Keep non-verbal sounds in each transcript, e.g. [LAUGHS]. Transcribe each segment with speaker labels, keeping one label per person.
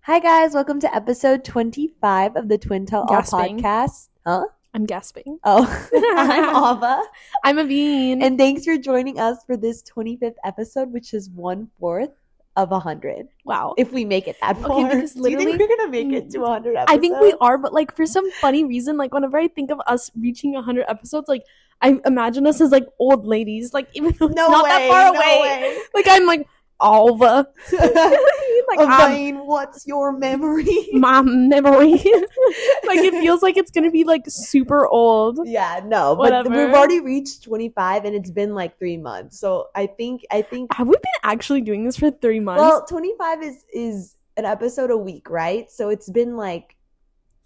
Speaker 1: Hi guys, welcome to episode 25 of the Twin Tell All
Speaker 2: Gasping.
Speaker 1: podcast.
Speaker 2: [LAUGHS]
Speaker 1: Huh?
Speaker 2: I'm gasping.
Speaker 1: Oh, [LAUGHS] I'm Ava.
Speaker 2: I'm a bean.
Speaker 1: And thanks for joining us for this 25th episode, which is one fourth of 100.
Speaker 2: wow.
Speaker 1: If we make it that
Speaker 2: Okay,
Speaker 1: far. [LAUGHS]
Speaker 2: because
Speaker 1: Do you
Speaker 2: literally- Mm.
Speaker 1: think we're going to make it to 100 episodes?
Speaker 2: I think we are, but like for some funny reason, like whenever I think of us reaching 100 episodes, like I imagine us as like old ladies, like even though it's
Speaker 1: No
Speaker 2: not
Speaker 1: way,
Speaker 2: that far
Speaker 1: no
Speaker 2: away. [LAUGHS] Like I'm like Alva.
Speaker 1: way.
Speaker 2: like um,
Speaker 1: Elaine, what's your memory?
Speaker 2: [LAUGHS] my memory. [LAUGHS] like it feels like it's gonna be like super old.
Speaker 1: [LAUGHS] yeah, no, but th- we've
Speaker 2: Whatever.
Speaker 1: already reached 25 and it's been like three months. So I think, I think,
Speaker 2: Have we been actually doing this for three months?
Speaker 1: well, 25 is, is an episode a week, right? So it's been like,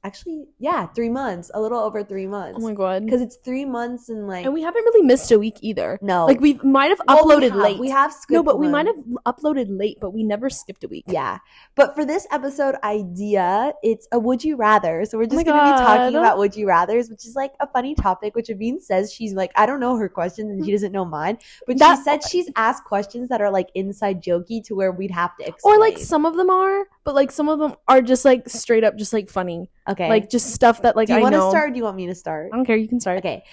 Speaker 1: actually, yeah, three months, a little over three
Speaker 2: oh
Speaker 1: months.
Speaker 2: my god.
Speaker 1: Because it's three months and like,
Speaker 2: And we haven't really missed a week either.
Speaker 1: no,
Speaker 2: Like we might have
Speaker 1: Well, we
Speaker 2: uploaded
Speaker 1: have-
Speaker 2: late.
Speaker 1: We have skipped
Speaker 2: no, but we
Speaker 1: one.
Speaker 2: might have uploaded late, but we never skipped a week.
Speaker 1: Yeah. But for this episode idea, it's a would you rather. So we're
Speaker 2: Oh my
Speaker 1: just going to be talking
Speaker 2: God.
Speaker 1: about would you rathers, which is like a funny topic, which Avine says she's like, I don't know her questions
Speaker 2: [LAUGHS]
Speaker 1: and she doesn't know mine. But she
Speaker 2: That-
Speaker 1: said she's asked questions that are like inside jokey to where we'd have to explain.
Speaker 2: Or like some of them are, but like some of them are just like straight up, just like funny,
Speaker 1: okay.
Speaker 2: like just stuff that like
Speaker 1: do you
Speaker 2: I
Speaker 1: want to
Speaker 2: know.
Speaker 1: start or do you want me to start?
Speaker 2: I don't care. You can start.
Speaker 1: Okay.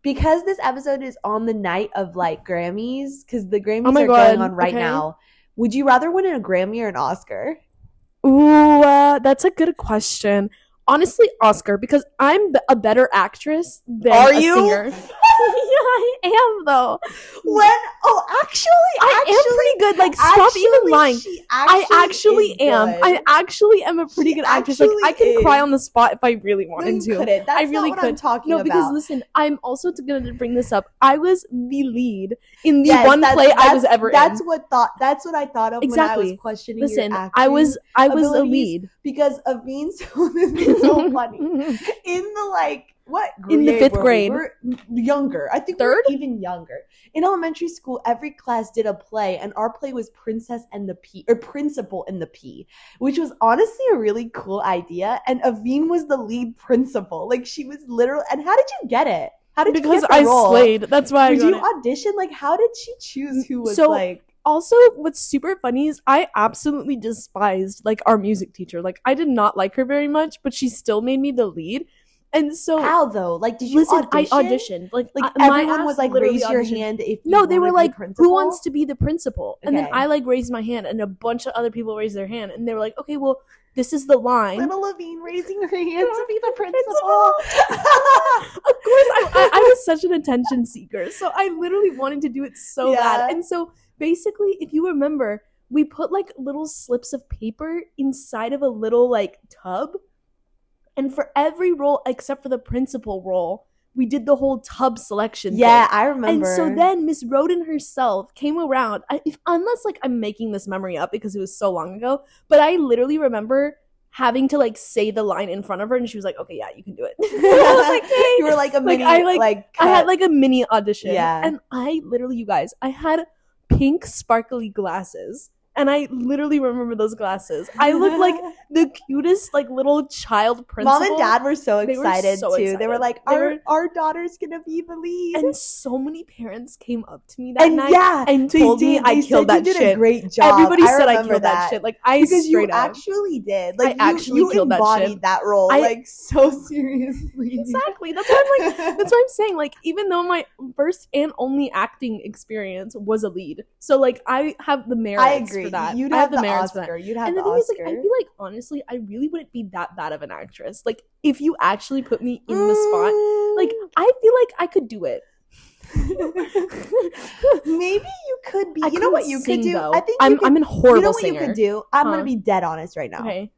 Speaker 1: Because this episode is on the night of like Grammys, because the Grammys
Speaker 2: Oh my
Speaker 1: are
Speaker 2: God,
Speaker 1: going on right
Speaker 2: okay.
Speaker 1: now. Would you rather win a Grammy or an Oscar?
Speaker 2: Ooh, uh, that's a good question. Honestly, Oscar, because I'm b- a better actress than
Speaker 1: Are
Speaker 2: a
Speaker 1: you?
Speaker 2: singer.
Speaker 1: [LAUGHS]
Speaker 2: yeah, I am though.
Speaker 1: When? Oh, actually,
Speaker 2: I am
Speaker 1: actually,
Speaker 2: pretty good. Like, stop even lying. I actually am. I actually am a pretty
Speaker 1: She
Speaker 2: good actress. Like, I
Speaker 1: actually
Speaker 2: can cry
Speaker 1: is.
Speaker 2: on the spot if I really wanted to.
Speaker 1: Couldn't. That's
Speaker 2: I really
Speaker 1: not what I'm
Speaker 2: couldn't.
Speaker 1: talking
Speaker 2: No, because
Speaker 1: about.
Speaker 2: listen, I'm also t- going to bring this up. I was the lead in the
Speaker 1: Yes,
Speaker 2: one
Speaker 1: that's-
Speaker 2: play I
Speaker 1: that's-
Speaker 2: was ever
Speaker 1: That's
Speaker 2: in.
Speaker 1: what thought. That's what I thought of when I
Speaker 2: Exactly.
Speaker 1: was questioning your
Speaker 2: Listen, I
Speaker 1: acting,
Speaker 2: was I was a
Speaker 1: abilities.
Speaker 2: lead
Speaker 1: because Avine's [LAUGHS]
Speaker 2: [LAUGHS]
Speaker 1: is so funny in the like what
Speaker 2: In the fifth
Speaker 1: were we?
Speaker 2: grade.
Speaker 1: We're younger. I think we were
Speaker 2: Third?
Speaker 1: even younger. In elementary school, every class did a play, and our play was Princess and the Pea or Principal and the Pea, which was honestly a really cool idea. And Avine was the lead principal. Like she was literal. And how did you get it? How did you
Speaker 2: because
Speaker 1: get the
Speaker 2: I
Speaker 1: role?
Speaker 2: slayed. That's why I
Speaker 1: Did
Speaker 2: got
Speaker 1: you
Speaker 2: it.
Speaker 1: audition? Like how did she choose who was
Speaker 2: So-
Speaker 1: like?
Speaker 2: Also, what's super funny is I absolutely despised like our music teacher. Like I did not like her very much, but she still made me the lead. And so
Speaker 1: How though? Like did you
Speaker 2: listen,
Speaker 1: audition?
Speaker 2: I auditioned. Like,
Speaker 1: Like
Speaker 2: I- my
Speaker 1: everyone
Speaker 2: ass
Speaker 1: was like,
Speaker 2: literally
Speaker 1: raise your
Speaker 2: auditioned.
Speaker 1: hand if you
Speaker 2: No, they
Speaker 1: wanna
Speaker 2: were
Speaker 1: be
Speaker 2: like,
Speaker 1: principal.
Speaker 2: "Who wants to be the principal?" And then
Speaker 1: Okay.
Speaker 2: I like raised my hand, and a bunch of other people raised their hand, and they were like, "Okay, well, this is the line."
Speaker 1: Little Levine raising [LAUGHS] her hand to be the principal.
Speaker 2: Principal.
Speaker 1: [LAUGHS]
Speaker 2: Of course, I, I, I was such an attention seeker, so I literally wanted to do it so
Speaker 1: Yeah.
Speaker 2: bad. And so basically, if you remember, we put like little slips of paper inside of a little like tub, and for every role except for the principal role, we did the whole tub selection.
Speaker 1: yeah,
Speaker 2: thing.
Speaker 1: I remember.
Speaker 2: And so
Speaker 1: [LAUGHS]
Speaker 2: then Miss Roden herself came around. I, if unless like I'm making this memory up because it was so long ago, but I literally remember having to like say the line in front of her, and she was like, "Okay, yeah, you can do it." [LAUGHS] I was like, "Okay."
Speaker 1: [LAUGHS] you were like a
Speaker 2: Like,
Speaker 1: mini,
Speaker 2: I,
Speaker 1: like,
Speaker 2: like- I had
Speaker 1: cut.
Speaker 2: like a mini audition.
Speaker 1: Yeah.
Speaker 2: And I literally, you guys, I had pink sparkly glasses. And I literally remember those glasses.
Speaker 1: [LAUGHS]
Speaker 2: I looked [LAUGHS] like the cutest, like little child principal.
Speaker 1: mom and dad were so
Speaker 2: They were
Speaker 1: excited
Speaker 2: so
Speaker 1: too. They were
Speaker 2: excited.
Speaker 1: like,
Speaker 2: They
Speaker 1: our
Speaker 2: were-
Speaker 1: our daughter's gonna be the lead.
Speaker 2: And so many parents came up to me that
Speaker 1: And
Speaker 2: night
Speaker 1: yeah,
Speaker 2: and
Speaker 1: they
Speaker 2: told me
Speaker 1: did.
Speaker 2: I
Speaker 1: They
Speaker 2: killed
Speaker 1: said
Speaker 2: that
Speaker 1: you did
Speaker 2: shit.
Speaker 1: a great job.
Speaker 2: Everybody said I
Speaker 1: remember
Speaker 2: killed that. shit. Like I
Speaker 1: because you
Speaker 2: straight up.
Speaker 1: actually did. Like
Speaker 2: I
Speaker 1: you,
Speaker 2: actually
Speaker 1: you
Speaker 2: killed that shit.
Speaker 1: embodied that, role
Speaker 2: I-
Speaker 1: like so [LAUGHS] seriously.
Speaker 2: exactly. That's why
Speaker 1: [LAUGHS]
Speaker 2: I'm like. That's what I'm saying. Like, even though my first and only acting experience was a lead, so like I have the merits
Speaker 1: I agree.
Speaker 2: for that.
Speaker 1: You'd
Speaker 2: I
Speaker 1: have, the
Speaker 2: merits for that.
Speaker 1: Oscar. You'd have
Speaker 2: and the
Speaker 1: the
Speaker 2: thing
Speaker 1: Oscar.
Speaker 2: is, like, I feel like honestly, I really wouldn't be that bad of an actress. Like, if you actually put me in the spot, like, I feel like I could do it. [LAUGHS]
Speaker 1: [LAUGHS] Maybe you could be.
Speaker 2: I
Speaker 1: you know what
Speaker 2: couldn't
Speaker 1: you could
Speaker 2: sing,
Speaker 1: do?
Speaker 2: though.
Speaker 1: I think
Speaker 2: I'm
Speaker 1: you could,
Speaker 2: I'm an horrible
Speaker 1: you know what
Speaker 2: singer.
Speaker 1: you could do. I'm gonna
Speaker 2: Huh.
Speaker 1: be dead honest right now.
Speaker 2: Okay,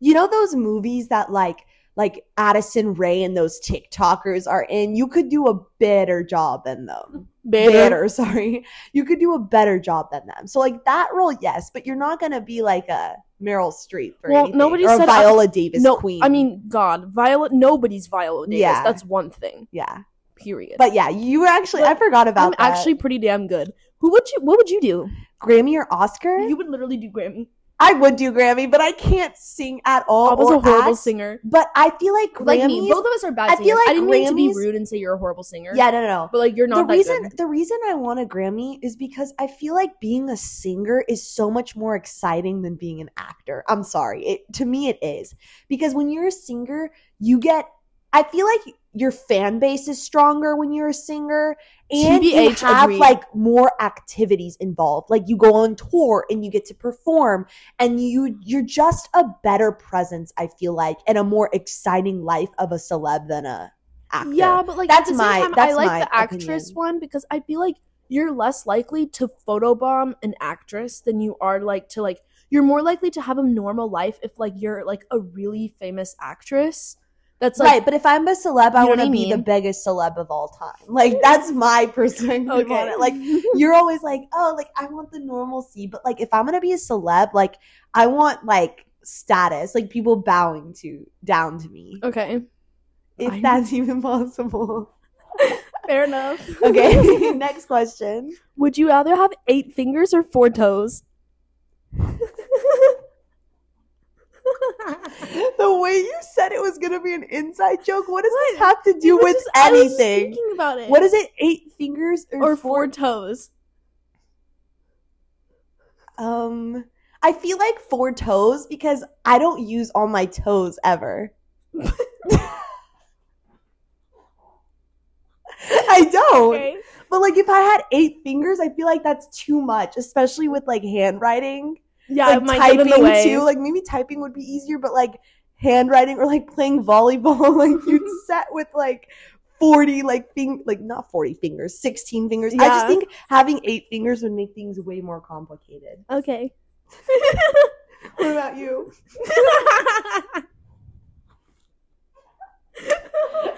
Speaker 1: You know those movies that like like Addison Ray and those TikTokers are in. You could do a better job than them.
Speaker 2: better.
Speaker 1: [LAUGHS] sorry. You could do a better job than them. So like that role, yes, but you're not gonna be like a Meryl Streep or
Speaker 2: Well,
Speaker 1: anything,
Speaker 2: nobody
Speaker 1: or a
Speaker 2: said I-
Speaker 1: Viola Davis
Speaker 2: No,
Speaker 1: queen.
Speaker 2: I mean, God, Violet. Nobody's Violet Davis.
Speaker 1: Yeah.
Speaker 2: That's one thing.
Speaker 1: yeah,
Speaker 2: Period.
Speaker 1: but yeah, you were actually.
Speaker 2: But
Speaker 1: I forgot about
Speaker 2: I'm
Speaker 1: that.
Speaker 2: actually pretty damn good. Who would you? What would you do?
Speaker 1: Grammy or Oscar?
Speaker 2: You would literally do Grammy.
Speaker 1: I would do Grammy, but I can't sing at all.
Speaker 2: I was
Speaker 1: Oh, or
Speaker 2: a horrible
Speaker 1: act.
Speaker 2: singer.
Speaker 1: But I feel like Grammys.
Speaker 2: Like me, both of us are bad
Speaker 1: I
Speaker 2: singers.
Speaker 1: feel
Speaker 2: I, feel like
Speaker 1: like
Speaker 2: I didn't mean
Speaker 1: Grammys-
Speaker 2: to be rude and say you're a horrible singer.
Speaker 1: yeah, no, no, no.
Speaker 2: but like you're
Speaker 1: the
Speaker 2: not that
Speaker 1: reason
Speaker 2: good.
Speaker 1: the reason I want a Grammy is because I feel like being a singer is so much more exciting than being an actor. I'm sorry. It to me it is. Because when you're a singer, you get I feel like your fan base is stronger when you're a singer and you
Speaker 2: TBH,
Speaker 1: have
Speaker 2: agreed.
Speaker 1: like more activities involved. Like you go on tour and you get to perform and you you're just a better presence, I feel like, and a more exciting life of a celeb than a actor.
Speaker 2: Yeah, but like
Speaker 1: That's
Speaker 2: at the
Speaker 1: my-
Speaker 2: same time,
Speaker 1: that's
Speaker 2: I like
Speaker 1: my
Speaker 2: the actress
Speaker 1: opinion.
Speaker 2: one because I feel like you're less likely to photobomb an actress than you are like to like you're more likely to have a normal life if like you're like a really famous actress. That's like
Speaker 1: right, but if I'm a celeb, I
Speaker 2: You know
Speaker 1: want
Speaker 2: what
Speaker 1: to
Speaker 2: I
Speaker 1: be the
Speaker 2: mean?
Speaker 1: biggest celeb of all time. Like that's my [LAUGHS] perspective on [LAUGHS] it. Like you're always like, oh, like I want the normalcy, but like if I'm gonna be a celeb, like I want like status, like people bowing to down to me,
Speaker 2: [LAUGHS] okay,
Speaker 1: if
Speaker 2: I-
Speaker 1: that's [LAUGHS] even possible.
Speaker 2: fair enough.
Speaker 1: [LAUGHS]
Speaker 2: [LAUGHS]
Speaker 1: Okay, next question.
Speaker 2: Would you rather have eight fingers or four [LAUGHS] toes?
Speaker 1: The way you said it was gonna be an inside joke. What does this have to
Speaker 2: It
Speaker 1: do
Speaker 2: was
Speaker 1: with
Speaker 2: just- I was
Speaker 1: anything?
Speaker 2: thinking about it.
Speaker 1: What is it? Eight fingers or, four
Speaker 2: or four toes?
Speaker 1: Um, I feel like four toes because I don't use all my toes ever. [LAUGHS] I don't.
Speaker 2: Okay.
Speaker 1: But like if I had eight fingers, I feel like that's too much, especially with like handwriting.
Speaker 2: Yeah,
Speaker 1: like
Speaker 2: it might get in the way.
Speaker 1: too. Like maybe typing would be easier, but like handwriting or like playing volleyball, [LAUGHS] like you'd set with like 40 like thing like not 40 fingers 16 fingers i just
Speaker 2: Yeah.
Speaker 1: think having eight fingers would make things way more complicated
Speaker 2: Okay. [LAUGHS]
Speaker 1: what about you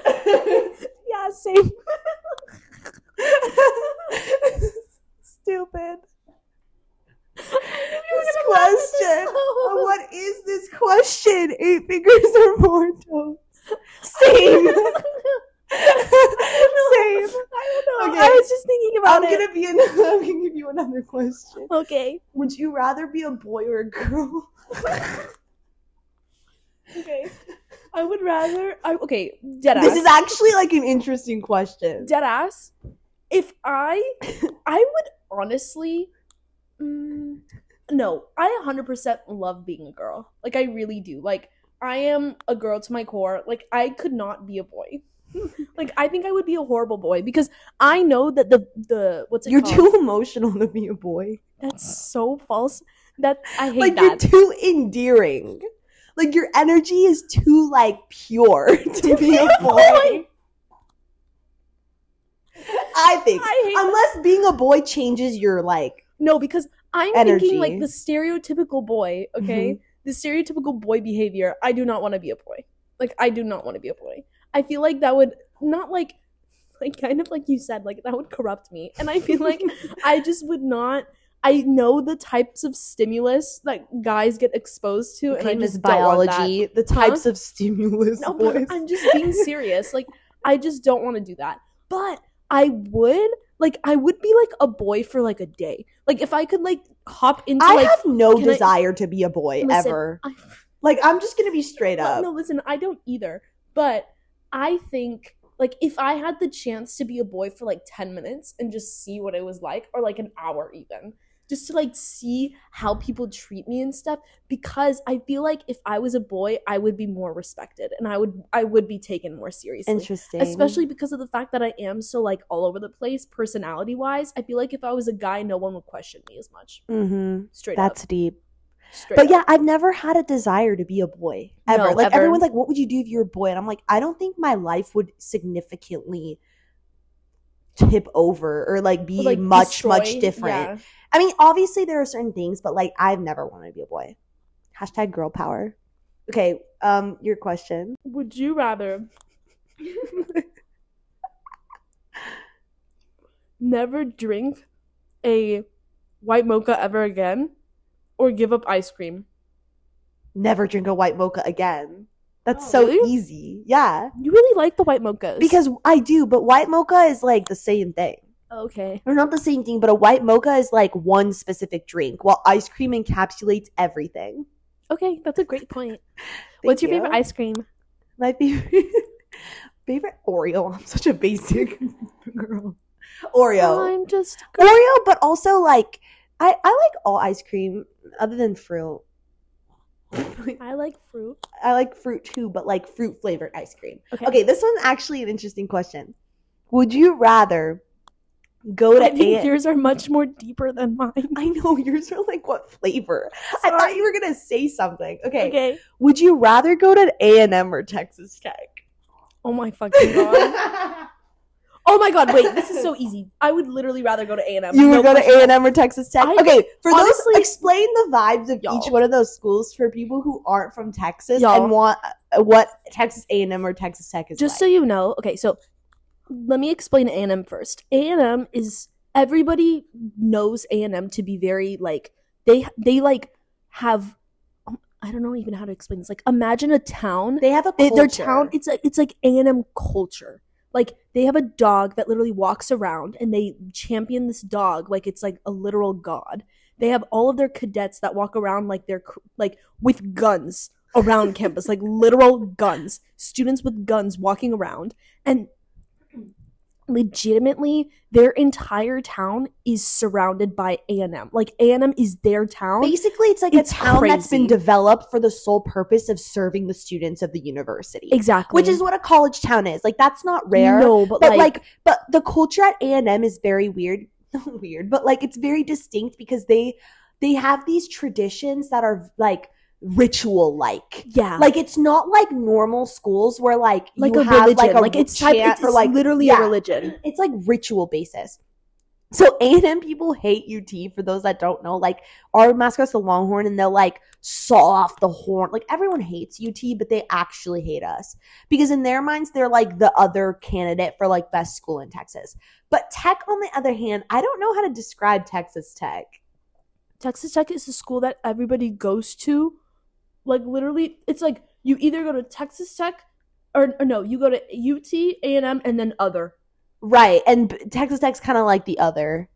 Speaker 2: yeah, [LAUGHS] same.
Speaker 1: [LAUGHS] Stupid. This question. Oh,
Speaker 2: [LAUGHS]
Speaker 1: what is this question? Eight fingers or more [LAUGHS] toes? Same.
Speaker 2: [LAUGHS]
Speaker 1: [LAUGHS] Same.
Speaker 2: I don't know.
Speaker 1: Okay.
Speaker 2: I was just thinking about
Speaker 1: I'm
Speaker 2: it.
Speaker 1: gonna be.
Speaker 2: [LAUGHS]
Speaker 1: An- I'm gonna give you another question.
Speaker 2: Okay.
Speaker 1: Would you rather be a boy or a girl?
Speaker 2: Okay. [LAUGHS] I would rather. I, okay. Dead ass.
Speaker 1: This is actually like an interesting question.
Speaker 2: dead ass. If
Speaker 1: [LAUGHS]
Speaker 2: I, I would honestly, mm, no, I 100% love being a girl. Like I really do. Like I am a girl to my core. Like I could not be
Speaker 1: [LAUGHS]
Speaker 2: a boy. like I think I would be a horrible boy because I know that the the what's it
Speaker 1: You're
Speaker 2: called?
Speaker 1: too emotional to be a boy.
Speaker 2: That's so false. That I hate
Speaker 1: like
Speaker 2: that. [LAUGHS]
Speaker 1: you're too endearing. Like your energy is too like pure [LAUGHS] to be
Speaker 2: Oh
Speaker 1: a boy. I think.
Speaker 2: [LAUGHS] I hate
Speaker 1: Unless being a boy changes your
Speaker 2: [LAUGHS]
Speaker 1: like
Speaker 2: No, because I'm thinking like
Speaker 1: Energy.
Speaker 2: the stereotypical boy, okay? The stereotypical boy behavior. I do not want to be a boy. Like I do not want to be a boy. I feel like that would not like [LAUGHS] like kind of like you said, like that would corrupt me. And I
Speaker 1: [LAUGHS]
Speaker 2: feel [LAUGHS] like I just would not I know the types of stimulus that guys get exposed to and I
Speaker 1: famous
Speaker 2: just biology. Don't want
Speaker 1: biology, the types of stimulus
Speaker 2: that. No,
Speaker 1: boys.
Speaker 2: but I'm just being serious. Like I just don't want to do that. But I would like I would be like a boy for like a day. Like if I could like hop into
Speaker 1: I
Speaker 2: like
Speaker 1: have no
Speaker 2: can I-
Speaker 1: desire to be a boy
Speaker 2: Listen,
Speaker 1: ever.
Speaker 2: I-
Speaker 1: Like I'm just gonna be straight
Speaker 2: Well,
Speaker 1: up.
Speaker 2: no, listen, I don't either. But I think like if I had the chance to be a boy for like 10 minutes and just see what it was like or like an hour even just to like see how people treat me and stuff because I feel like if I was a boy I would be more respected and I would I would be taken more seriously.
Speaker 1: Interesting.
Speaker 2: Especially because of the fact that I am so like all over the place personality wise. I feel like if I was a guy no one would question me as much.
Speaker 1: hmm
Speaker 2: Straight
Speaker 1: That's
Speaker 2: up.
Speaker 1: deep.
Speaker 2: Straight
Speaker 1: But
Speaker 2: up.
Speaker 1: yeah, I've never had a desire to be a boy ever.
Speaker 2: No,
Speaker 1: like
Speaker 2: ever.
Speaker 1: everyone's like, "What would you do if you were a boy?" And I'm like, I don't think my life would significantly tip over or like be
Speaker 2: Or, like,
Speaker 1: much much
Speaker 2: destroyed.
Speaker 1: different.
Speaker 2: Yeah.
Speaker 1: I mean, obviously there are certain things, but like I've never wanted to be a boy. Hashtag girl power. Okay, um, your
Speaker 2: [LAUGHS]
Speaker 1: question.
Speaker 2: Would you rather never drink a white mocha ever again or give up ice cream?
Speaker 1: Never drink a white mocha again. That's
Speaker 2: Oh,
Speaker 1: so
Speaker 2: really?
Speaker 1: easy. Yeah.
Speaker 2: You really like the white mochas.
Speaker 1: Because I do, but white mocha is like the same thing.
Speaker 2: Okay.
Speaker 1: They're not the same thing, but a white mocha is like one specific drink, while ice cream encapsulates everything.
Speaker 2: Okay, that's a
Speaker 1: [LAUGHS]
Speaker 2: great point.
Speaker 1: Thank
Speaker 2: What's your
Speaker 1: you.
Speaker 2: favorite ice cream?
Speaker 1: My favorite [LAUGHS] favorite Oreo. I'm such a basic [LAUGHS] girl. Oreo.
Speaker 2: I'm just
Speaker 1: Oreo, but also like I, I like all ice cream other than fruit. [LAUGHS]
Speaker 2: I like fruit.
Speaker 1: I like fruit too, but like fruit flavored ice cream.
Speaker 2: Okay.
Speaker 1: Okay, this one's actually an interesting question. Would you rather go to
Speaker 2: I think
Speaker 1: A-
Speaker 2: yours are much more deeper than mine.
Speaker 1: [LAUGHS] I know yours are like what flavor? I thought you were gonna say something. Okay.
Speaker 2: Okay.
Speaker 1: Would you rather go to A and M or Texas
Speaker 2: [LAUGHS]
Speaker 1: Tech?
Speaker 2: Oh my fucking god. Oh my god, wait, this is so easy. I would literally rather go to
Speaker 1: [LAUGHS]
Speaker 2: A&M.
Speaker 1: you would
Speaker 2: No
Speaker 1: go to
Speaker 2: question.
Speaker 1: A and M or Texas Tech?
Speaker 2: I-
Speaker 1: okay, for
Speaker 2: honestly-
Speaker 1: those, explain the vibes of
Speaker 2: Y'all.
Speaker 1: each one of those schools for people who aren't from Texas
Speaker 2: Y'all.
Speaker 1: and want uh, what Texas A and M or Texas Tech is.
Speaker 2: Just so
Speaker 1: like.
Speaker 2: you know, okay, so let me explain A&M first. A&M is everybody knows A&M to be very like they they like have I don't know even how to explain this. Like imagine a town
Speaker 1: they have a
Speaker 2: they,
Speaker 1: culture.
Speaker 2: their town it's like it's like a&m culture like they have a dog that literally walks around and they champion this dog like it's like a literal god they have all of their cadets that walk around like they're cr- like with guns
Speaker 1: [LAUGHS]
Speaker 2: around campus like literal guns students with guns walking around and legitimately their entire town is surrounded by a&m like a&m is their town
Speaker 1: Basically, it's like
Speaker 2: It's
Speaker 1: a town that's been
Speaker 2: crazy.
Speaker 1: developed for the sole purpose of serving the students of the university,
Speaker 2: exactly
Speaker 1: which is what a college town is. Like that's not rare.
Speaker 2: no but,
Speaker 1: but
Speaker 2: like
Speaker 1: like, but the culture at a&m is very weird [LAUGHS] not weird but like it's very distinct because they they have these traditions that are like ritual like
Speaker 2: yeah
Speaker 1: like it's not like normal schools where like
Speaker 2: like
Speaker 1: you
Speaker 2: a
Speaker 1: have
Speaker 2: religion. Like,
Speaker 1: like a
Speaker 2: it's type,
Speaker 1: chant
Speaker 2: it's
Speaker 1: or like
Speaker 2: literally
Speaker 1: yeah.
Speaker 2: a religion.
Speaker 1: it's like ritual basis so a&m people hate ut for those that don't know like our mascot's the longhorn and they'll like saw off the horn like everyone hates ut but they actually hate us because in their minds they're like the other candidate for like best school in texas but tech on the other hand i don't know how to describe texas tech
Speaker 2: Texas Tech is the school that everybody goes to. Like literally, it's like you either go to Texas Tech, or, or no, you go to UT, A and M, and then other.
Speaker 1: right and b- texas tech's kind of like the other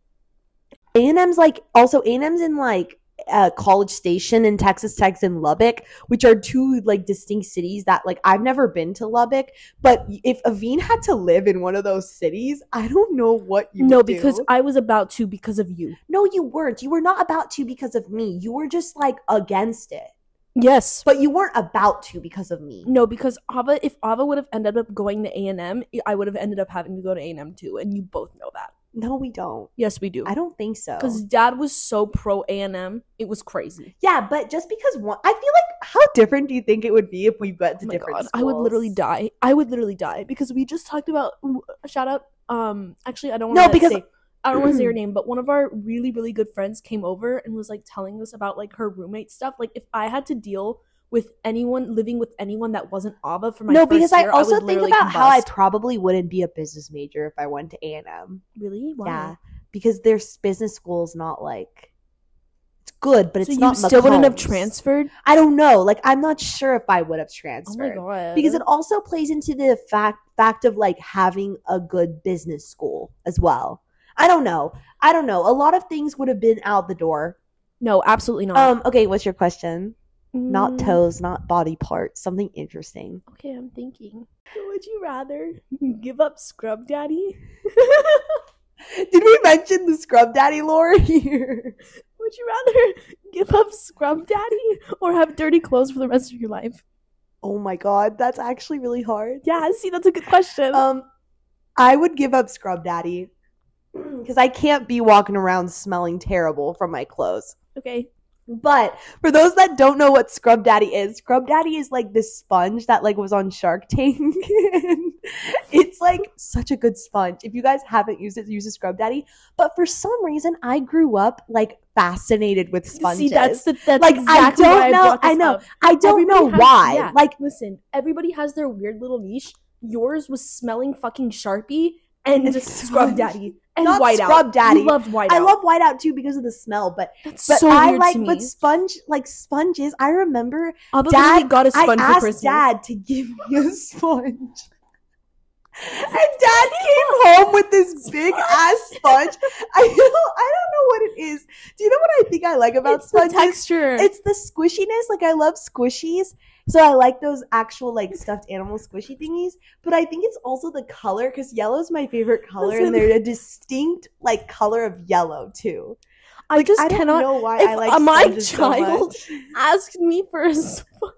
Speaker 1: a&m's like also a&m's in like uh, college station and texas tech's in lubbock which are two like distinct cities that like i've never been to lubbock but if aveen had to live in one of those cities i don't know what you
Speaker 2: no,
Speaker 1: would do.
Speaker 2: because I was about to because of you.
Speaker 1: no you weren't you were not about to because of me you were just like against it
Speaker 2: Yes.
Speaker 1: but you weren't about to because of me
Speaker 2: No, because Ava, if Ava would have ended up going to A and M, I would have ended up having to go to A and M too, and you both know that.
Speaker 1: no we don't
Speaker 2: Yes, we do.
Speaker 1: i don't think so
Speaker 2: Because Dad was so pro A and M, it was crazy.
Speaker 1: yeah but just because one i feel like how different do you think it would be if we went to
Speaker 2: Oh my
Speaker 1: different
Speaker 2: god, I would literally
Speaker 1: schools?
Speaker 2: die. I would literally die because we just talked about ooh, shout out. Um, actually, I don't want
Speaker 1: No, because
Speaker 2: say, I don't want
Speaker 1: [CLEARS THROAT]
Speaker 2: to say her name, but one of our really really good friends came over and was like telling us about like her roommate stuff. Like, if I had to deal with anyone living with anyone that wasn't Ava for my
Speaker 1: no,
Speaker 2: first
Speaker 1: because I
Speaker 2: year,
Speaker 1: also
Speaker 2: would
Speaker 1: think
Speaker 2: literally
Speaker 1: about how I
Speaker 2: combust.
Speaker 1: probably wouldn't be a business major if I went to A and M.
Speaker 2: really Why?
Speaker 1: Yeah, because their s- business school is not like it's good, but
Speaker 2: so
Speaker 1: it's
Speaker 2: you
Speaker 1: not.
Speaker 2: still wouldn't have
Speaker 1: Macombs.
Speaker 2: transferred.
Speaker 1: I don't know. Like, I'm not sure if I would have
Speaker 2: Oh my
Speaker 1: transferred
Speaker 2: god,
Speaker 1: because it also plays into the fact fact of like having a good business school as well. I don't know. I don't know. A lot of things would have been out the door.
Speaker 2: no, absolutely not.
Speaker 1: Um. Okay. What's your question? Um, Not
Speaker 2: Mm,
Speaker 1: toes, not body parts. Something interesting.
Speaker 2: Okay, I'm thinking. [LAUGHS] Would you rather give up Scrub Daddy?
Speaker 1: Did we mention the scrub daddy lore [LAUGHS] here?
Speaker 2: Would you rather [LAUGHS] give up scrub daddy or have dirty clothes for the rest of your life?
Speaker 1: Oh my god, that's actually really hard.
Speaker 2: Yeah, see, that's a good question.
Speaker 1: Um, I would give up scrub daddy because I can't be walking around smelling terrible from my clothes.
Speaker 2: okay.
Speaker 1: But for those that don't know what scrub daddy is, scrub daddy is like this sponge that like was on Shark Tank. [LAUGHS] it's like such a good sponge. If you guys haven't used it, use a scrub daddy. But for some reason, I grew up like fascinated with sponges.
Speaker 2: See, that's the that's
Speaker 1: Like, I
Speaker 2: exactly
Speaker 1: don't
Speaker 2: why
Speaker 1: know-
Speaker 2: brought this
Speaker 1: I know.
Speaker 2: up.
Speaker 1: I don't
Speaker 2: Everybody
Speaker 1: know
Speaker 2: has-
Speaker 1: why.
Speaker 2: yeah.
Speaker 1: Like
Speaker 2: Listen, everybody has their weird little niche. Yours was smelling fucking Sharpie and
Speaker 1: And
Speaker 2: just
Speaker 1: sponge.
Speaker 2: scrub daddy and
Speaker 1: Not
Speaker 2: whiteout.
Speaker 1: Scrub Daddy.
Speaker 2: You loved whiteout.
Speaker 1: I love whiteout too because of the smell, but
Speaker 2: that's
Speaker 1: but
Speaker 2: so
Speaker 1: I
Speaker 2: weird
Speaker 1: like
Speaker 2: to me.
Speaker 1: but sponge like sponges. I remember
Speaker 2: Abba
Speaker 1: Dad-
Speaker 2: literally got a
Speaker 1: I
Speaker 2: sponge
Speaker 1: [LAUGHS]
Speaker 2: for
Speaker 1: asked
Speaker 2: Christmas.
Speaker 1: Dad to give me a sponge. And dad came home with this big ass sponge. I don't, I don't know what it is. Do you know what I think I like about
Speaker 2: it's the
Speaker 1: sponges?
Speaker 2: texture.
Speaker 1: it's the squishiness. Like I love squishies, so I like those actual like stuffed animal squishy thingies. But I think it's also the color because yellow is my favorite color,
Speaker 2: Listen.
Speaker 1: and they're a distinct like color of yellow too.
Speaker 2: I just
Speaker 1: I don't
Speaker 2: cannot
Speaker 1: know why
Speaker 2: if,
Speaker 1: I like
Speaker 2: uh, my
Speaker 1: sponges so
Speaker 2: child-
Speaker 1: much.
Speaker 2: ask me [LAUGHS] for a sponge.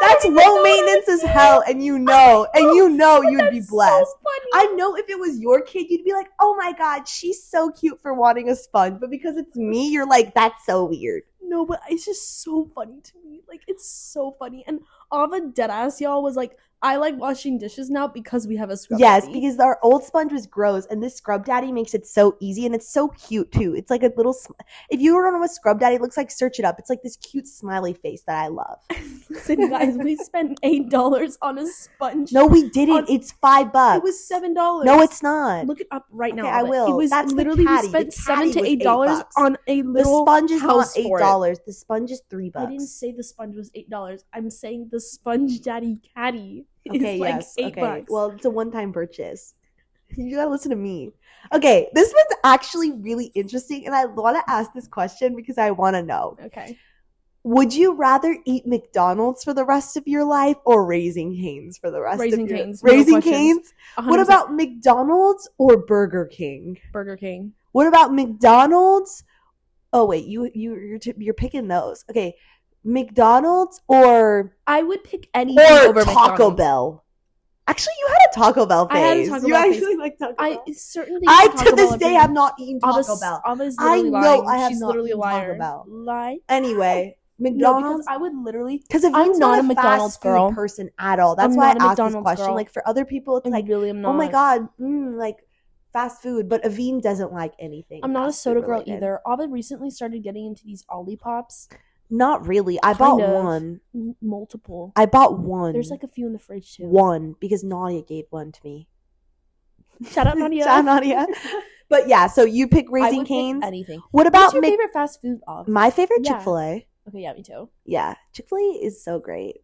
Speaker 1: That's
Speaker 2: even know
Speaker 1: low
Speaker 2: what
Speaker 1: maintenance
Speaker 2: I
Speaker 1: as hell, and you know, and you know you'd be
Speaker 2: That's so
Speaker 1: blessed.
Speaker 2: funny.
Speaker 1: I know if it was your kid, you'd be like, "Oh my god, she's so cute for wanting a sponge," but because it's me, you're like, "That's so weird."
Speaker 2: No, but it's just so funny to me. Like it's so funny. And Ava deadass y'all was like, I like washing dishes now because we have a scrub.
Speaker 1: Yes,
Speaker 2: daddy."
Speaker 1: because our old sponge was gross, and this scrub daddy makes it so easy, and it's so cute too. It's like a little. Sm- if you don't know what scrub daddy looks like, search it up. It's like this cute smiley face that I
Speaker 2: [LAUGHS]
Speaker 1: love.
Speaker 2: listen,
Speaker 1: [LAUGHS]
Speaker 2: guys, we spent eight dollars on a sponge.
Speaker 1: No, we didn't.
Speaker 2: On-
Speaker 1: It's five bucks.
Speaker 2: it was seven dollars.
Speaker 1: no, it's not.
Speaker 2: look it up right now.
Speaker 1: Okay, I
Speaker 2: Ava. It
Speaker 1: will.
Speaker 2: was
Speaker 1: That's the
Speaker 2: literally
Speaker 1: caddy.
Speaker 2: we
Speaker 1: The
Speaker 2: spent seven
Speaker 1: caddy
Speaker 2: to
Speaker 1: was
Speaker 2: eight
Speaker 1: eight
Speaker 2: dollars
Speaker 1: bucks.
Speaker 2: on a
Speaker 1: The
Speaker 2: little.
Speaker 1: sponge is not
Speaker 2: house
Speaker 1: eight
Speaker 2: for it.
Speaker 1: dollars. The sponge is three
Speaker 2: I didn't
Speaker 1: bucks.
Speaker 2: say the sponge was eight dollars. I'm saying the sponge daddy caddy [LAUGHS]
Speaker 1: Okay,
Speaker 2: is like
Speaker 1: yes.
Speaker 2: eight
Speaker 1: okay.
Speaker 2: bucks.
Speaker 1: Well, it's a one-time purchase. [LAUGHS] You gotta listen to me. Okay, this one's actually really interesting, and I want to ask this question because I want to know.
Speaker 2: okay.
Speaker 1: Would you rather eat McDonald's for the rest of your life or Raising Canes for the rest
Speaker 2: Raising
Speaker 1: of your
Speaker 2: Cane's, no
Speaker 1: Raising
Speaker 2: questions.
Speaker 1: Canes?
Speaker 2: 100%
Speaker 1: What about McDonald's or Burger King?
Speaker 2: Burger King?
Speaker 1: What about McDonald's? Oh wait, you you you're, t- you're picking those. Okay, McDonald's or
Speaker 2: I would pick any
Speaker 1: or
Speaker 2: over
Speaker 1: Taco
Speaker 2: McDonald's.
Speaker 1: Bell. Actually, you had a Taco Bell
Speaker 2: I
Speaker 1: phase.
Speaker 2: had a Taco
Speaker 1: you
Speaker 2: Bell phase.
Speaker 1: actually like Taco
Speaker 2: I
Speaker 1: Bell.
Speaker 2: certainly.
Speaker 1: I
Speaker 2: Taco
Speaker 1: to this
Speaker 2: Bell
Speaker 1: day
Speaker 2: every-
Speaker 1: have not eaten
Speaker 2: Ava's-
Speaker 1: Taco Bell.
Speaker 2: Ava's
Speaker 1: I
Speaker 2: literally
Speaker 1: know
Speaker 2: lying.
Speaker 1: I have
Speaker 2: She's
Speaker 1: not
Speaker 2: literally a
Speaker 1: eaten Taco
Speaker 2: liar.
Speaker 1: Bell.
Speaker 2: Lie.
Speaker 1: Anyway,
Speaker 2: No, because
Speaker 1: McDonald's.
Speaker 2: I would literally.
Speaker 1: Because if
Speaker 2: I'm
Speaker 1: you're
Speaker 2: not
Speaker 1: not,
Speaker 2: a
Speaker 1: a
Speaker 2: McDonald's
Speaker 1: McDonald's fast food
Speaker 2: girl.
Speaker 1: person at all, that's
Speaker 2: I'm
Speaker 1: why I
Speaker 2: not a
Speaker 1: asked this
Speaker 2: McDonald's
Speaker 1: question.
Speaker 2: girl.
Speaker 1: Like for other people, it's
Speaker 2: I
Speaker 1: like,
Speaker 2: really am not.
Speaker 1: oh my god, mm, like fast food. But Aveen doesn't like anything.
Speaker 2: I'm not a
Speaker 1: fast food
Speaker 2: soda girl
Speaker 1: related.
Speaker 2: either. Ava recently started getting into these Ollie Pops,
Speaker 1: Not really. I
Speaker 2: Kind
Speaker 1: bought
Speaker 2: of.
Speaker 1: one.
Speaker 2: M- multiple.
Speaker 1: I bought one.
Speaker 2: There's like a few in the fridge too.
Speaker 1: one because Nadia gave one to me.
Speaker 2: [LAUGHS] Shout out
Speaker 1: [LAUGHS]
Speaker 2: Nadia.
Speaker 1: Shout out
Speaker 2: [LAUGHS]
Speaker 1: Nadia. But yeah, so you pick
Speaker 2: I
Speaker 1: raising
Speaker 2: would pick
Speaker 1: canes.
Speaker 2: Anything.
Speaker 1: What
Speaker 2: What's
Speaker 1: about
Speaker 2: your
Speaker 1: Mc-
Speaker 2: favorite fast food? Av?
Speaker 1: my favorite
Speaker 2: Yeah.
Speaker 1: Chick Fil A?
Speaker 2: Okay, yeah, me too.
Speaker 1: Yeah, Chick Fil A is so great.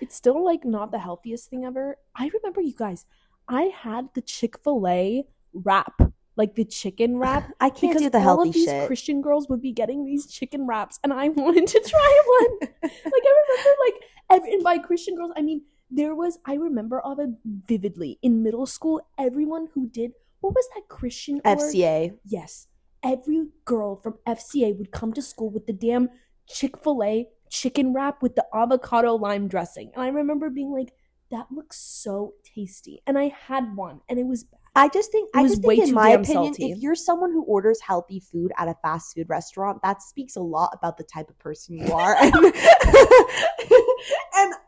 Speaker 2: It's still like not the healthiest thing ever. I remember you guys. I had the Chick Fil A wrap, like the chicken wrap. [SIGHS]
Speaker 1: I can't
Speaker 2: because
Speaker 1: do the
Speaker 2: all
Speaker 1: healthy
Speaker 2: of these
Speaker 1: shit.
Speaker 2: Christian girls would be getting these chicken wraps, and I [LAUGHS] wanted to try one. like I remember, like every, and by Christian girls, I mean there was. I remember of it vividly in middle school. Everyone who did what was that Christian org?
Speaker 1: FCA.
Speaker 2: Yes, every girl from FCA would come to school with the damn Chick Fil A chicken wrap with the avocado lime dressing, and I remember being like, "That looks so tasty," and I had one, and it was
Speaker 1: I just think
Speaker 2: It
Speaker 1: I
Speaker 2: was
Speaker 1: just
Speaker 2: way
Speaker 1: think in
Speaker 2: too
Speaker 1: my
Speaker 2: damn
Speaker 1: opinion,
Speaker 2: salty.
Speaker 1: if you're someone who orders healthy food at a fast food restaurant, that speaks a lot about the type of person you
Speaker 2: [LAUGHS]
Speaker 1: are. [LAUGHS] and, and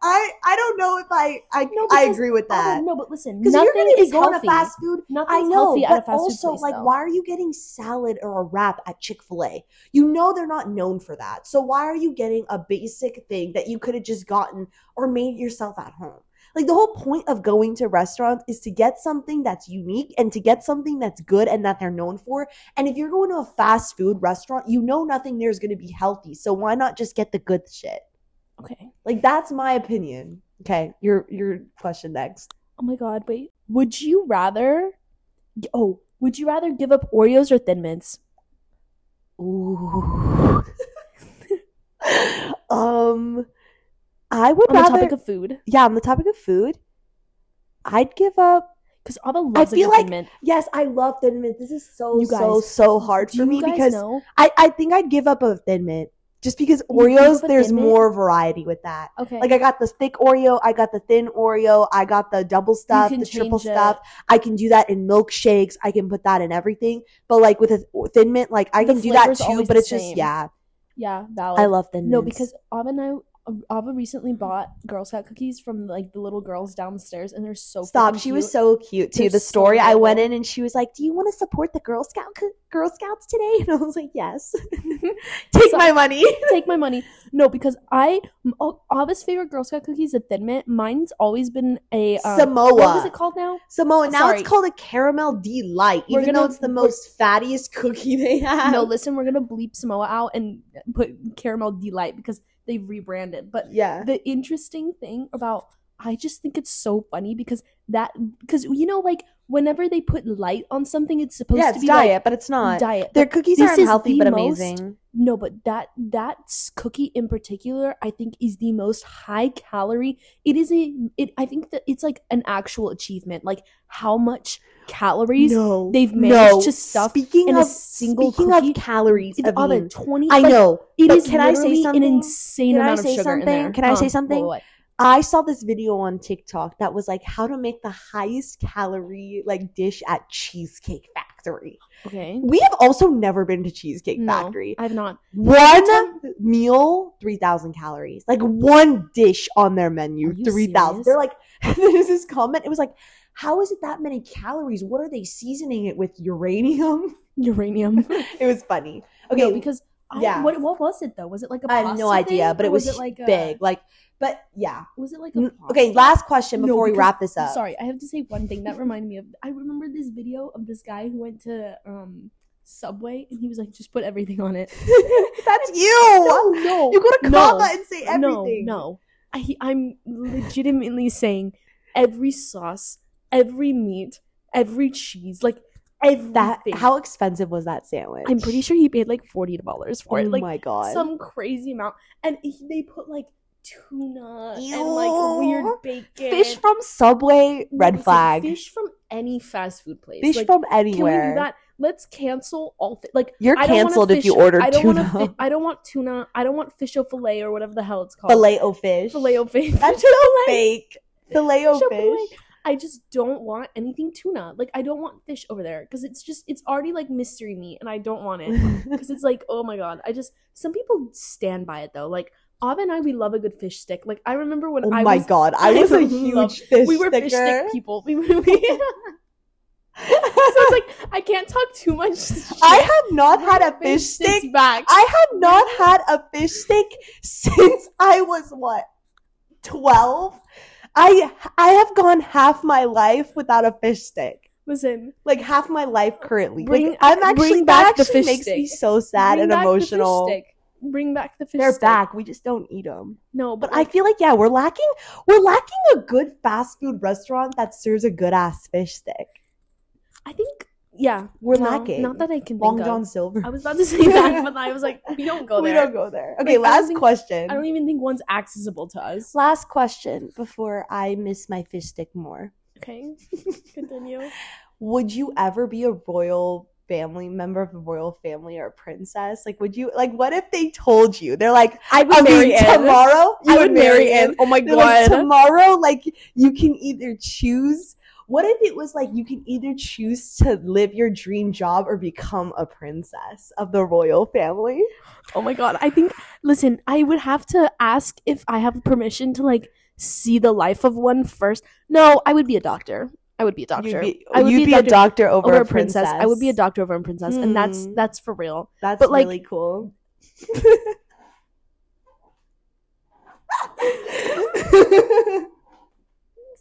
Speaker 1: I I don't know if I I,
Speaker 2: No,
Speaker 1: I
Speaker 2: because-
Speaker 1: agree with
Speaker 2: bad.
Speaker 1: that.
Speaker 2: no, but listen,
Speaker 1: Because
Speaker 2: nothing
Speaker 1: you're gonna be
Speaker 2: is
Speaker 1: going
Speaker 2: healthy.
Speaker 1: to fast food
Speaker 2: Nothing's
Speaker 1: I know,
Speaker 2: healthy
Speaker 1: but
Speaker 2: at a fast
Speaker 1: also,
Speaker 2: food place,
Speaker 1: like,
Speaker 2: though.
Speaker 1: why are you getting salad or a wrap at Chick Fil A? You know they're not known for that, so why are you getting a basic thing that you could have just gotten or made yourself at home? Like the whole point of going to restaurants is to get something that's unique and to get something that's good and that they're known for. And if you're going to a fast food restaurant, you know nothing there's going to be healthy, so why not just get the good shit?
Speaker 2: Okay.
Speaker 1: Like that's my opinion. Okay, your your question next.
Speaker 2: Oh my god, wait. Would you rather Oh, would you rather give up Oreos or Thin Mints?
Speaker 1: Ooh. [LAUGHS] um, I would
Speaker 2: On the
Speaker 1: rather.
Speaker 2: topic of food,
Speaker 1: yeah, on the topic of food, I'd give up.
Speaker 2: because Ava loves a
Speaker 1: feel
Speaker 2: good
Speaker 1: like
Speaker 2: Thin Mint.
Speaker 1: Yes, I love thin mint. This is so
Speaker 2: You
Speaker 1: so
Speaker 2: guys,
Speaker 1: so hard
Speaker 2: Do
Speaker 1: for
Speaker 2: you
Speaker 1: me
Speaker 2: guys
Speaker 1: because
Speaker 2: know?
Speaker 1: I I think I'd give up a thin mint just because
Speaker 2: You give
Speaker 1: Oreos.
Speaker 2: up a
Speaker 1: There's
Speaker 2: Thin Mint?
Speaker 1: more variety with that.
Speaker 2: Okay.
Speaker 1: Like I got the thick Oreo, I got the thin Oreo, I got the double stuff,
Speaker 2: can
Speaker 1: the triple
Speaker 2: change it.
Speaker 1: stuff. I can do that in milkshakes. I can put that in everything. But like with a thin mint, like I
Speaker 2: The
Speaker 1: can do that
Speaker 2: flavor's
Speaker 1: too.
Speaker 2: always
Speaker 1: But
Speaker 2: the
Speaker 1: it's just
Speaker 2: same.
Speaker 1: yeah,
Speaker 2: yeah, valid.
Speaker 1: I love thin
Speaker 2: No,
Speaker 1: mints.
Speaker 2: because Ava and I Ava recently bought Girl Scout cookies from like the little girls downstairs and they're so
Speaker 1: Stop.
Speaker 2: freaking
Speaker 1: She was
Speaker 2: cute.
Speaker 1: so cute too.
Speaker 2: They're
Speaker 1: the
Speaker 2: so
Speaker 1: story I went
Speaker 2: adorable.
Speaker 1: in and she was like, "Do you want to support the Girl Scout co- Girl Scouts today?" [LAUGHS] And I was like, "Yes." Take
Speaker 2: So-
Speaker 1: my
Speaker 2: [LAUGHS]
Speaker 1: money.
Speaker 2: take my money. No, because I m- oh, Ava's favorite Girl Scout cookie is a Thin Mint. Mine's always been a um,
Speaker 1: Samoa.
Speaker 2: What was it called now?
Speaker 1: Samoa. Now
Speaker 2: Sorry.
Speaker 1: it's called a caramel delight,
Speaker 2: We're
Speaker 1: even though
Speaker 2: gonna-
Speaker 1: it's the
Speaker 2: we're-
Speaker 1: most fattiest cookie they have.
Speaker 2: [LAUGHS] No, listen, we're gonna bleep Samoa out and put caramel delight because they've rebranded. But
Speaker 1: yeah.
Speaker 2: the interesting thing about I just think it's so funny because that because you know like whenever they put light on something, it's supposed
Speaker 1: yeah,
Speaker 2: to
Speaker 1: it's
Speaker 2: be
Speaker 1: diet,
Speaker 2: like
Speaker 1: but it's not.
Speaker 2: diet.
Speaker 1: Their cookies
Speaker 2: this
Speaker 1: are
Speaker 2: is
Speaker 1: unhealthy
Speaker 2: the
Speaker 1: but
Speaker 2: most-
Speaker 1: amazing.
Speaker 2: No, but that that s- cookie in particular, I think, is the most high calorie. It is a it. I think that it's like an actual achievement, like how much calories
Speaker 1: No,
Speaker 2: they've managed to stuff
Speaker 1: Speaking
Speaker 2: in a
Speaker 1: of
Speaker 2: single
Speaker 1: speaking
Speaker 2: cookie,
Speaker 1: of calories,
Speaker 2: it's on a
Speaker 1: Aveen,
Speaker 2: twenty.
Speaker 1: I
Speaker 2: like,
Speaker 1: know.
Speaker 2: it
Speaker 1: but
Speaker 2: is
Speaker 1: can I say
Speaker 2: literally
Speaker 1: something?
Speaker 2: An insane
Speaker 1: Can I
Speaker 2: amount
Speaker 1: say
Speaker 2: of sugar in
Speaker 1: something?
Speaker 2: there.
Speaker 1: Can I say
Speaker 2: Huh.
Speaker 1: something?
Speaker 2: What, what?
Speaker 1: I saw this video on TikTok that was like how to make the highest calorie like dish at Cheesecake Factory.
Speaker 2: Okay.
Speaker 1: We have also never been to Cheesecake
Speaker 2: No,
Speaker 1: Factory.
Speaker 2: I've not.
Speaker 1: One
Speaker 2: time-
Speaker 1: meal, three thousand calories. Like one dish on their
Speaker 2: Are
Speaker 1: menu,
Speaker 2: you
Speaker 1: three thousand.
Speaker 2: serious?
Speaker 1: They're like, [LAUGHS] there's this comment. It was like, how is it that many calories? What are they seasoning it with? Uranium. [LAUGHS]
Speaker 2: Uranium.
Speaker 1: It was funny. Okay,
Speaker 2: Okay, because I,
Speaker 1: yeah.
Speaker 2: what what was it though? Was it like a
Speaker 1: I have
Speaker 2: pasta
Speaker 1: no idea,
Speaker 2: thing,
Speaker 1: but
Speaker 2: or
Speaker 1: it was,
Speaker 2: like a-
Speaker 1: big. Like, but yeah.
Speaker 2: Was it like a
Speaker 1: N-
Speaker 2: pasta?
Speaker 1: Okay, last question
Speaker 2: No,
Speaker 1: before we
Speaker 2: because-
Speaker 1: wrap this up.
Speaker 2: Sorry, I have to say one thing that reminded me of. I remember this video of this guy who went to um Subway and he was like, just put everything on
Speaker 1: [LAUGHS]
Speaker 2: it. [LAUGHS]
Speaker 1: That's you.
Speaker 2: No, no,
Speaker 1: You go to
Speaker 2: no,
Speaker 1: comma and say
Speaker 2: no,
Speaker 1: everything.
Speaker 2: no. I, I'm legitimately saying every sauce, every meat, every cheese, like everything.
Speaker 1: That how expensive was that sandwich?
Speaker 2: I'm pretty sure he paid like forty dollars
Speaker 1: Oh
Speaker 2: for it. Like
Speaker 1: my god.
Speaker 2: some crazy amount. And he- they put like tuna and like weird
Speaker 1: Ew.
Speaker 2: bacon.
Speaker 1: fish from Subway,
Speaker 2: No,
Speaker 1: red
Speaker 2: listen,
Speaker 1: flag. Fish,
Speaker 2: Fish from any fast food place. like,
Speaker 1: from
Speaker 2: Can we
Speaker 1: anywhere.
Speaker 2: do that? Let's cancel all. Fi- like
Speaker 1: You're
Speaker 2: I don't want a
Speaker 1: canceled if you
Speaker 2: fish-
Speaker 1: order
Speaker 2: I don't
Speaker 1: tuna.
Speaker 2: Want a fi- I don't want tuna. I don't want fish o fillet or whatever the hell it's called.
Speaker 1: [LAUGHS] Filet o fish.
Speaker 2: Filet o fish. [LAUGHS]
Speaker 1: That's so fake. Filet o
Speaker 2: Chipotle.
Speaker 1: fish.
Speaker 2: I just don't want anything tuna. Like I don't want fish over there because it's just it's already like mystery meat and I don't want
Speaker 1: [LAUGHS]
Speaker 2: it [LAUGHS] because it's like oh my god. I just some people stand by it though. Like Ava and I, we love a good fish stick. Like I remember when
Speaker 1: Oh
Speaker 2: I
Speaker 1: my
Speaker 2: was
Speaker 1: god, I
Speaker 2: I [LAUGHS]
Speaker 1: was a
Speaker 2: love-
Speaker 1: huge fish
Speaker 2: we were
Speaker 1: sticker.
Speaker 2: fish stick people. We, we,
Speaker 1: [LAUGHS]
Speaker 2: we- so it's like I can't talk too
Speaker 1: [LAUGHS]
Speaker 2: much. shit.
Speaker 1: I have not
Speaker 2: Bring
Speaker 1: had
Speaker 2: the
Speaker 1: a fish
Speaker 2: sticks
Speaker 1: stick.
Speaker 2: back.
Speaker 1: I have not had a fish stick since I was what twelve. I I have gone half my life without a fish stick.
Speaker 2: Listen,
Speaker 1: Like half my life currently.
Speaker 2: Bring-
Speaker 1: like I'm actually
Speaker 2: bring
Speaker 1: that
Speaker 2: back the
Speaker 1: actually
Speaker 2: fish
Speaker 1: makes me
Speaker 2: stick.
Speaker 1: so sad
Speaker 2: bring
Speaker 1: and
Speaker 2: back the fish
Speaker 1: emotional.
Speaker 2: stick. Bring back the fish.
Speaker 1: They're
Speaker 2: stick.
Speaker 1: back. We just don't eat them.
Speaker 2: No,
Speaker 1: But
Speaker 2: but
Speaker 1: I
Speaker 2: like,
Speaker 1: feel like yeah, we're lacking we're lacking a good fast food restaurant that serves a good ass fish stick.
Speaker 2: I, think yeah,
Speaker 1: We're
Speaker 2: no,
Speaker 1: lacking.
Speaker 2: Not that I can
Speaker 1: Long
Speaker 2: think
Speaker 1: John
Speaker 2: of.
Speaker 1: Silver.
Speaker 2: I was about to say that, but I was [LAUGHS] like, we don't
Speaker 1: [LAUGHS]
Speaker 2: go
Speaker 1: we
Speaker 2: there.
Speaker 1: don't go there. Okay,
Speaker 2: Like, I don't
Speaker 1: last
Speaker 2: think-
Speaker 1: question.
Speaker 2: I don't even think one's accessible to us.
Speaker 1: Last question before I miss my fish stick more.
Speaker 2: Okay, continue.
Speaker 1: Would you ever be a royal family member of a royal family or a princess? Like, would you like? What if they told you they're like,
Speaker 2: [LAUGHS] I
Speaker 1: I mean, tomorrow
Speaker 2: I would marry
Speaker 1: Anne."
Speaker 2: Anne. Oh my
Speaker 1: They're like,
Speaker 2: god.
Speaker 1: tomorrow, like you can either choose. What if it was like you can either choose to live your dream job or become a princess of the royal family?
Speaker 2: Oh my god. I think listen, I would have to ask if I have permission to like see the life of one first. No, I would be a doctor. I would be a doctor.
Speaker 1: You'd be,
Speaker 2: I would
Speaker 1: you'd be a doctor over,
Speaker 2: over
Speaker 1: a princess.
Speaker 2: I would be a doctor over a princess, and that's
Speaker 1: Hmm.
Speaker 2: that's for real.
Speaker 1: That's
Speaker 2: but, like-
Speaker 1: really [LAUGHS] cool.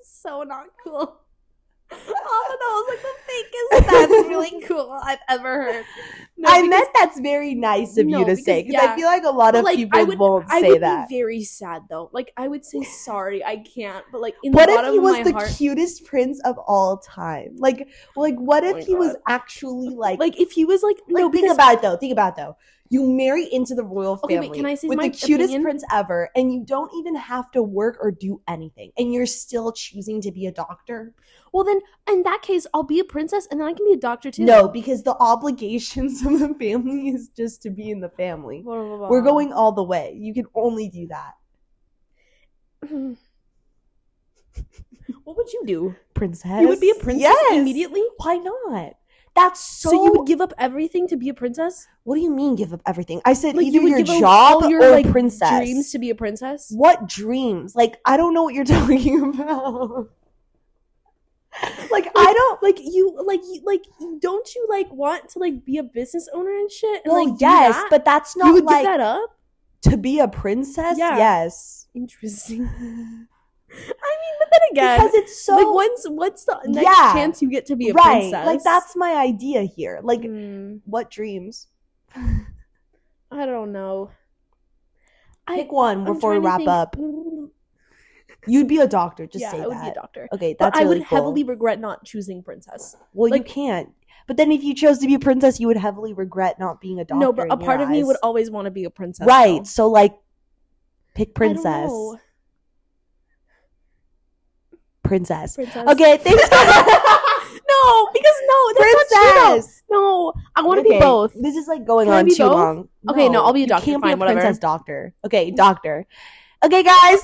Speaker 2: So not [LAUGHS] cool. Oh, that was like the fakest. That's really cool I've ever heard. No,
Speaker 1: I
Speaker 2: because
Speaker 1: meant that's very nice of
Speaker 2: No,
Speaker 1: you to
Speaker 2: because-
Speaker 1: say because I
Speaker 2: yeah.
Speaker 1: feel like a lot
Speaker 2: But,
Speaker 1: of
Speaker 2: like,
Speaker 1: people
Speaker 2: I would-
Speaker 1: won't
Speaker 2: I
Speaker 1: say
Speaker 2: would
Speaker 1: that.
Speaker 2: be very sad though. Like I would say sorry, I can't. But like in
Speaker 1: What
Speaker 2: the
Speaker 1: if
Speaker 2: bottom
Speaker 1: he
Speaker 2: of
Speaker 1: was
Speaker 2: my
Speaker 1: the
Speaker 2: heart,
Speaker 1: cutest prince of all time? Like, like what
Speaker 2: Oh
Speaker 1: if
Speaker 2: my
Speaker 1: he was
Speaker 2: God.
Speaker 1: actually like?
Speaker 2: like if he was like,
Speaker 1: like,
Speaker 2: no,
Speaker 1: think
Speaker 2: because
Speaker 1: about it though. Think about it though. You marry into the royal
Speaker 2: Okay,
Speaker 1: family
Speaker 2: wait, can I say
Speaker 1: with
Speaker 2: my
Speaker 1: the cutest
Speaker 2: opinion?
Speaker 1: prince ever, and you don't even have to work or do anything, and you're still choosing to be a doctor.
Speaker 2: Well, then, in that case, I'll be a princess and then I can be a doctor too.
Speaker 1: No, because the obligations [LAUGHS] of the family is just to be in the family.
Speaker 2: Blah, blah, blah,
Speaker 1: We're
Speaker 2: blah.
Speaker 1: going all the way. You can only do that.
Speaker 2: [CLEARS THROAT] what would you do?
Speaker 1: Princess.
Speaker 2: You would be a princess
Speaker 1: Yes.
Speaker 2: immediately?
Speaker 1: Why not? That's so.
Speaker 2: So, you would give up everything to be a princess?
Speaker 1: what do you mean give up everything? I said
Speaker 2: Like, you
Speaker 1: either
Speaker 2: would
Speaker 1: your
Speaker 2: give up
Speaker 1: job
Speaker 2: all your,
Speaker 1: or
Speaker 2: like,
Speaker 1: princess.
Speaker 2: Dreams to be a princess?
Speaker 1: What dreams? Like I don't know what you're [LAUGHS] talking about. like I don't.
Speaker 2: Like you, like you, like you- don't you like want to like be a business owner and shit? And,
Speaker 1: Well,
Speaker 2: like, do
Speaker 1: yes,
Speaker 2: that?
Speaker 1: but that's
Speaker 2: you
Speaker 1: not
Speaker 2: would
Speaker 1: like
Speaker 2: give that up.
Speaker 1: to be a princess.
Speaker 2: Yeah.
Speaker 1: Yes,
Speaker 2: Interesting. [LAUGHS] I mean, but then again,
Speaker 1: because it's so
Speaker 2: like when's what's the next
Speaker 1: Yeah.
Speaker 2: chance you get to be a
Speaker 1: right.
Speaker 2: princess?
Speaker 1: Like that's my idea here. Like
Speaker 2: Hmm.
Speaker 1: what dreams?
Speaker 2: I don't know. I-
Speaker 1: Pick one
Speaker 2: I'm
Speaker 1: before we
Speaker 2: trying
Speaker 1: wrap up.
Speaker 2: to think.
Speaker 1: You'd be a doctor. Just
Speaker 2: yeah,
Speaker 1: say
Speaker 2: I would
Speaker 1: that.
Speaker 2: be a doctor.
Speaker 1: Okay,
Speaker 2: But
Speaker 1: that's
Speaker 2: I
Speaker 1: really
Speaker 2: would
Speaker 1: cool.
Speaker 2: heavily regret not choosing princess.
Speaker 1: Well,
Speaker 2: like-
Speaker 1: you can't. But then, if you chose to be a princess, you would heavily regret not being a doctor.
Speaker 2: no, but
Speaker 1: in
Speaker 2: a
Speaker 1: your
Speaker 2: part of me
Speaker 1: eyes.
Speaker 2: would always want to be a princess.
Speaker 1: right.
Speaker 2: though.
Speaker 1: So, like, pick
Speaker 2: I don't
Speaker 1: princess.
Speaker 2: know.
Speaker 1: Princess.
Speaker 2: Princess.
Speaker 1: Okay, thanks.
Speaker 2: [LAUGHS]
Speaker 1: [LAUGHS]
Speaker 2: no, because no, that's not true.
Speaker 1: princess.
Speaker 2: though. No, I want to
Speaker 1: Okay,
Speaker 2: be both.
Speaker 1: This is like going
Speaker 2: Can I
Speaker 1: on
Speaker 2: be
Speaker 1: too
Speaker 2: both?
Speaker 1: long.
Speaker 2: Okay, no, I'll be a doctor,
Speaker 1: You can't
Speaker 2: fine,
Speaker 1: be a
Speaker 2: whatever.
Speaker 1: princess doctor. Okay, doctor. Okay, guys.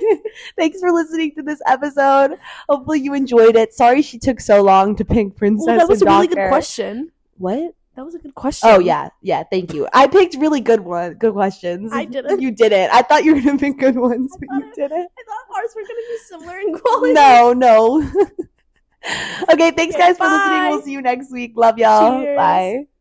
Speaker 1: [LAUGHS] Thanks for listening to this episode. Hopefully, you enjoyed it. Sorry she took so long to pick princess.
Speaker 2: Well, that was a
Speaker 1: and
Speaker 2: really
Speaker 1: doctor.
Speaker 2: good question.
Speaker 1: What?
Speaker 2: That was a good question.
Speaker 1: Oh yeah, yeah. Thank you. I picked really good one, good questions.
Speaker 2: I didn't.
Speaker 1: You did it. I thought you were gonna pick good ones, but
Speaker 2: thought [LAUGHS]
Speaker 1: you didn't.
Speaker 2: I thought ours were going to be similar in [LAUGHS] quality.
Speaker 1: No, [LAUGHS] no. okay, thanks
Speaker 2: Okay,
Speaker 1: guys for listening.
Speaker 2: bye.
Speaker 1: We'll see you next week. Love y'all.
Speaker 2: Cheers.
Speaker 1: Bye.